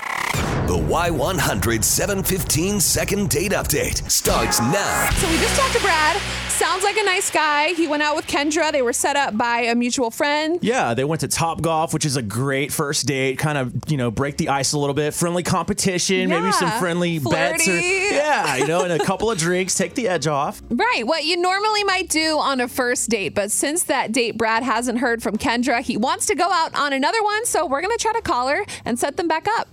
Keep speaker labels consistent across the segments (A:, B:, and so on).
A: The Y100 715 second date update starts now.
B: So we just talked to Brad. Sounds like a nice guy. He went out with Kendra. They were set up by a mutual friend.
C: Yeah, they went to Top Golf, which is a great first date. Kind of, you know, break the ice a little bit. Friendly competition, maybe some
B: Yeah.
C: friendly bets, or
B: Flirty.
C: yeah, you know, and a couple of drinks, take the edge off.
B: Right, what you normally might do on a first date, but since that date, Brad hasn't heard from Kendra. He wants to go out on another one, so we're going to try to call her and set them back up.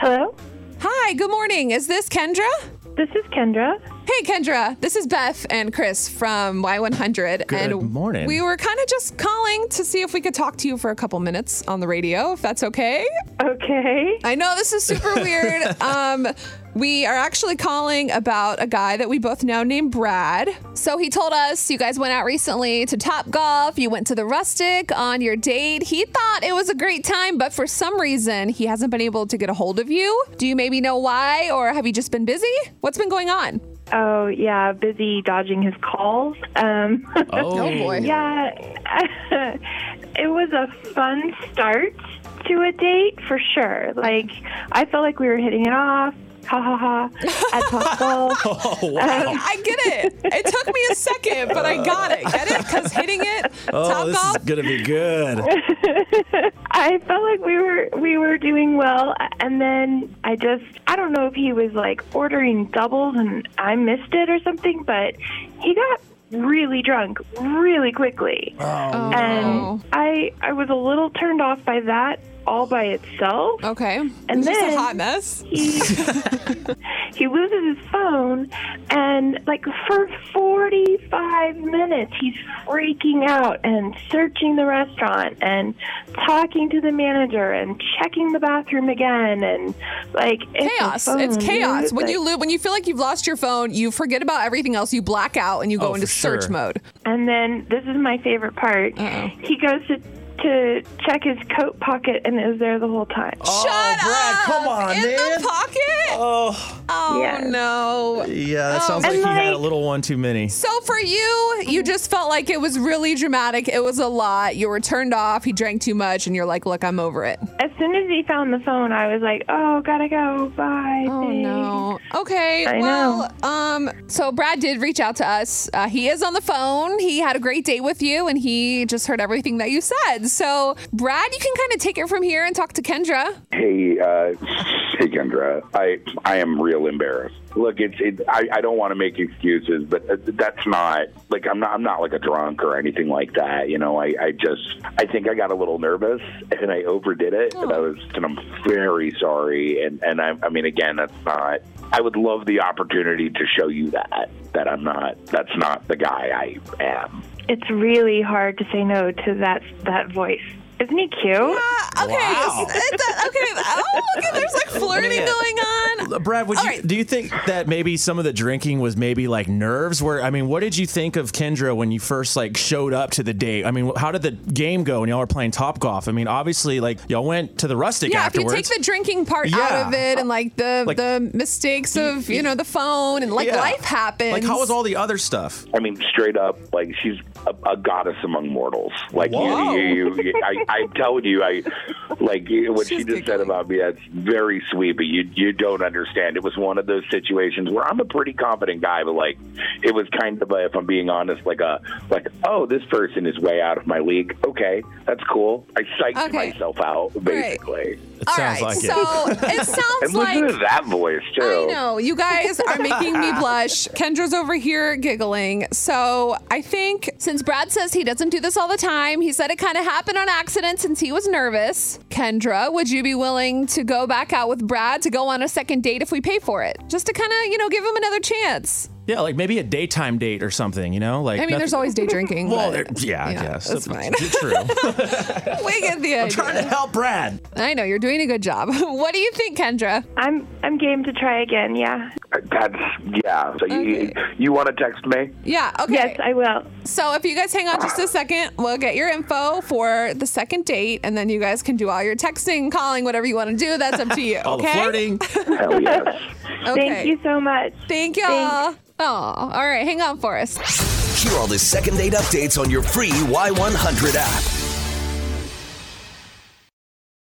D: Hello,
B: Hi, good morning. Is this Kendra?
D: this is Kendra.
B: Hey, Kendra. This is Beth and Chris from Y100.
C: Good
B: and
C: morning.
B: We were kind of just calling to see if we could talk to you for a couple minutes on the radio, if that's okay.
D: Okay.
B: I know this is super weird. Um, we are actually calling about a guy that we both know named Brad. So he told us you guys went out recently to Top Golf. You went to the Rustic on your date. He thought it was a great time, but for some reason he hasn't been able to get a hold of you. Do you maybe know why, or have you just been busy? What's been going on?
D: Oh, yeah, busy dodging his calls. Um,
B: Oh boy.
D: yeah, it was a fun start to a date for sure. Like, I felt like we were hitting it off. Ha ha ha. At Top Golf.
C: Oh wow.
B: I get it. It took me a second, but I got it. Get it? Because hitting it,
C: Oh,
B: top
C: this
B: golf,
C: is gonna be good.
D: I felt like we were we were doing well, and then I just I don't know if he was like ordering doubles and I missed it or something, but he got really drunk really quickly.
B: Oh,
D: and I I was a little turned off by that all by itself.
B: Okay.
D: And
B: It's just
D: then-
B: a hot mess.
D: He he loses his phone, and like for 45 minutes, he's freaking out and searching the restaurant and talking to the manager and checking the bathroom again and like it's a
B: Chaos.
D: phone,
B: It's chaos.
D: dude.
B: When
D: Like-
B: you lo- when you feel like you've lost your phone, you forget about everything else. You black out and you go
C: Oh,
B: into
C: for
B: search
C: sure.
B: mode.
D: And then this is my favorite part.
B: Uh-oh.
D: He goes to to check his coat pocket and is there the whole time.
C: Oh,
B: Shut
C: Brad,
B: up!
C: come on,
B: In
C: man.
B: the pocket.
C: Oh,
B: Oh
D: Yes.
B: no.
C: yeah, that sounds like
D: And
C: he had
D: like-
C: a little one too many.
B: So for you, you just felt like it was really dramatic. It was a lot. You were turned off. He drank too much, and you're like, "Look, I'm over it."
D: As soon as he found the phone, I was like, "Oh, gotta go. Bye."
B: Oh
D: thanks."
B: no. Okay.
D: I
B: well, um, so Brad did reach out to us. Uh, he is on the phone. He had a great date with you, and he just heard everything that you said. So, Brad, you can kind of take it from here and talk to Kendra.
E: Hey, uh, hey, Kendra. I I am real embarrassed. Look, it's it, I, I don't want to make excuses, but uh, that's not like I'm not I'm not like a drunk or anything like that. You know, I, I just I think I got a little nervous and I overdid it, and I was and I'm very sorry. And and I, I mean, again, that's not. I would love the opportunity to show you that that I'm not that's not the guy I am.
D: It's really hard to say no to that that voice. Isn't he cute?
B: Uh, okay.
C: Wow.
B: It's- it's- okay. Oh, look, at- there's like flirting
C: Man.
B: going on.
C: Uh, Brad, would
B: All
C: you,
B: right.
C: do you think that maybe some of the drinking was maybe like nerves? Where I mean, what did you think of Kendra when you first like showed up to the date? I mean, how did the game go when y'all were playing top golf? I mean, obviously, like y'all went to the rustic
B: Yeah, if you
C: afterwards.
B: take the drinking part
C: Yeah.
B: out of it and like the
C: Like-
B: the mistakes of you know the phone and like
C: Yeah.
B: life happens.
C: Like, how was all the other stuff?
E: I mean, straight up, like she's a, a goddess among mortals. Like you,
C: Whoa.
E: you, you, you- I, I'm telling you, I like you- what she
B: She's
E: just said
B: giggling.
E: about me. That's very sweet, but you you don't understand. It was one of those situations where I'm a pretty confident guy, but like it was kind of, a, if I'm being honest, like a like oh, this person is way out of my league. Okay, that's cool. I psyched
B: Okay.
E: myself out basically,
C: It
B: All
C: sounds
B: right.
C: like it.
B: so it, sounds
E: and
B: like
E: listen to that voice too.
B: I know. You guys are making me blush. Kendra's over here giggling. So I think since Brad says he doesn't do this all the time, he said it kind of happened on accident since he was nervous. Kendra, would you be willing to go back out with Brad to go on a second date if we pay for it? Just to kind of, you know, give him another chance.
C: Yeah, like maybe a daytime date or something. You know, like
B: I mean,
C: nothing-
B: there's always day drinking.
C: Well, there,
B: but
C: yeah, I guess
B: That's fine.
C: True.
B: we get the
C: Trying to
B: idea.
C: help Brad.
B: I know you're doing a good job. what do you think, Kendra?
D: I'm I'm game to try again. Yeah.
E: That's yeah. So you
B: Okay.
E: you want to text me?
B: Yeah. Okay.
D: Yes, I will.
B: So if you guys hang on just a second, we'll get your info for the second date, and then you guys can do all your texting, calling, whatever you want to do. That's up to you.
C: All
B: okay.
C: the flirting.
E: Hell yes.
B: Okay.
D: Thank you so much.
B: Thank y'all. Oh, all right. Hang on for us.
A: Hear all the second date updates on your free Y100 app.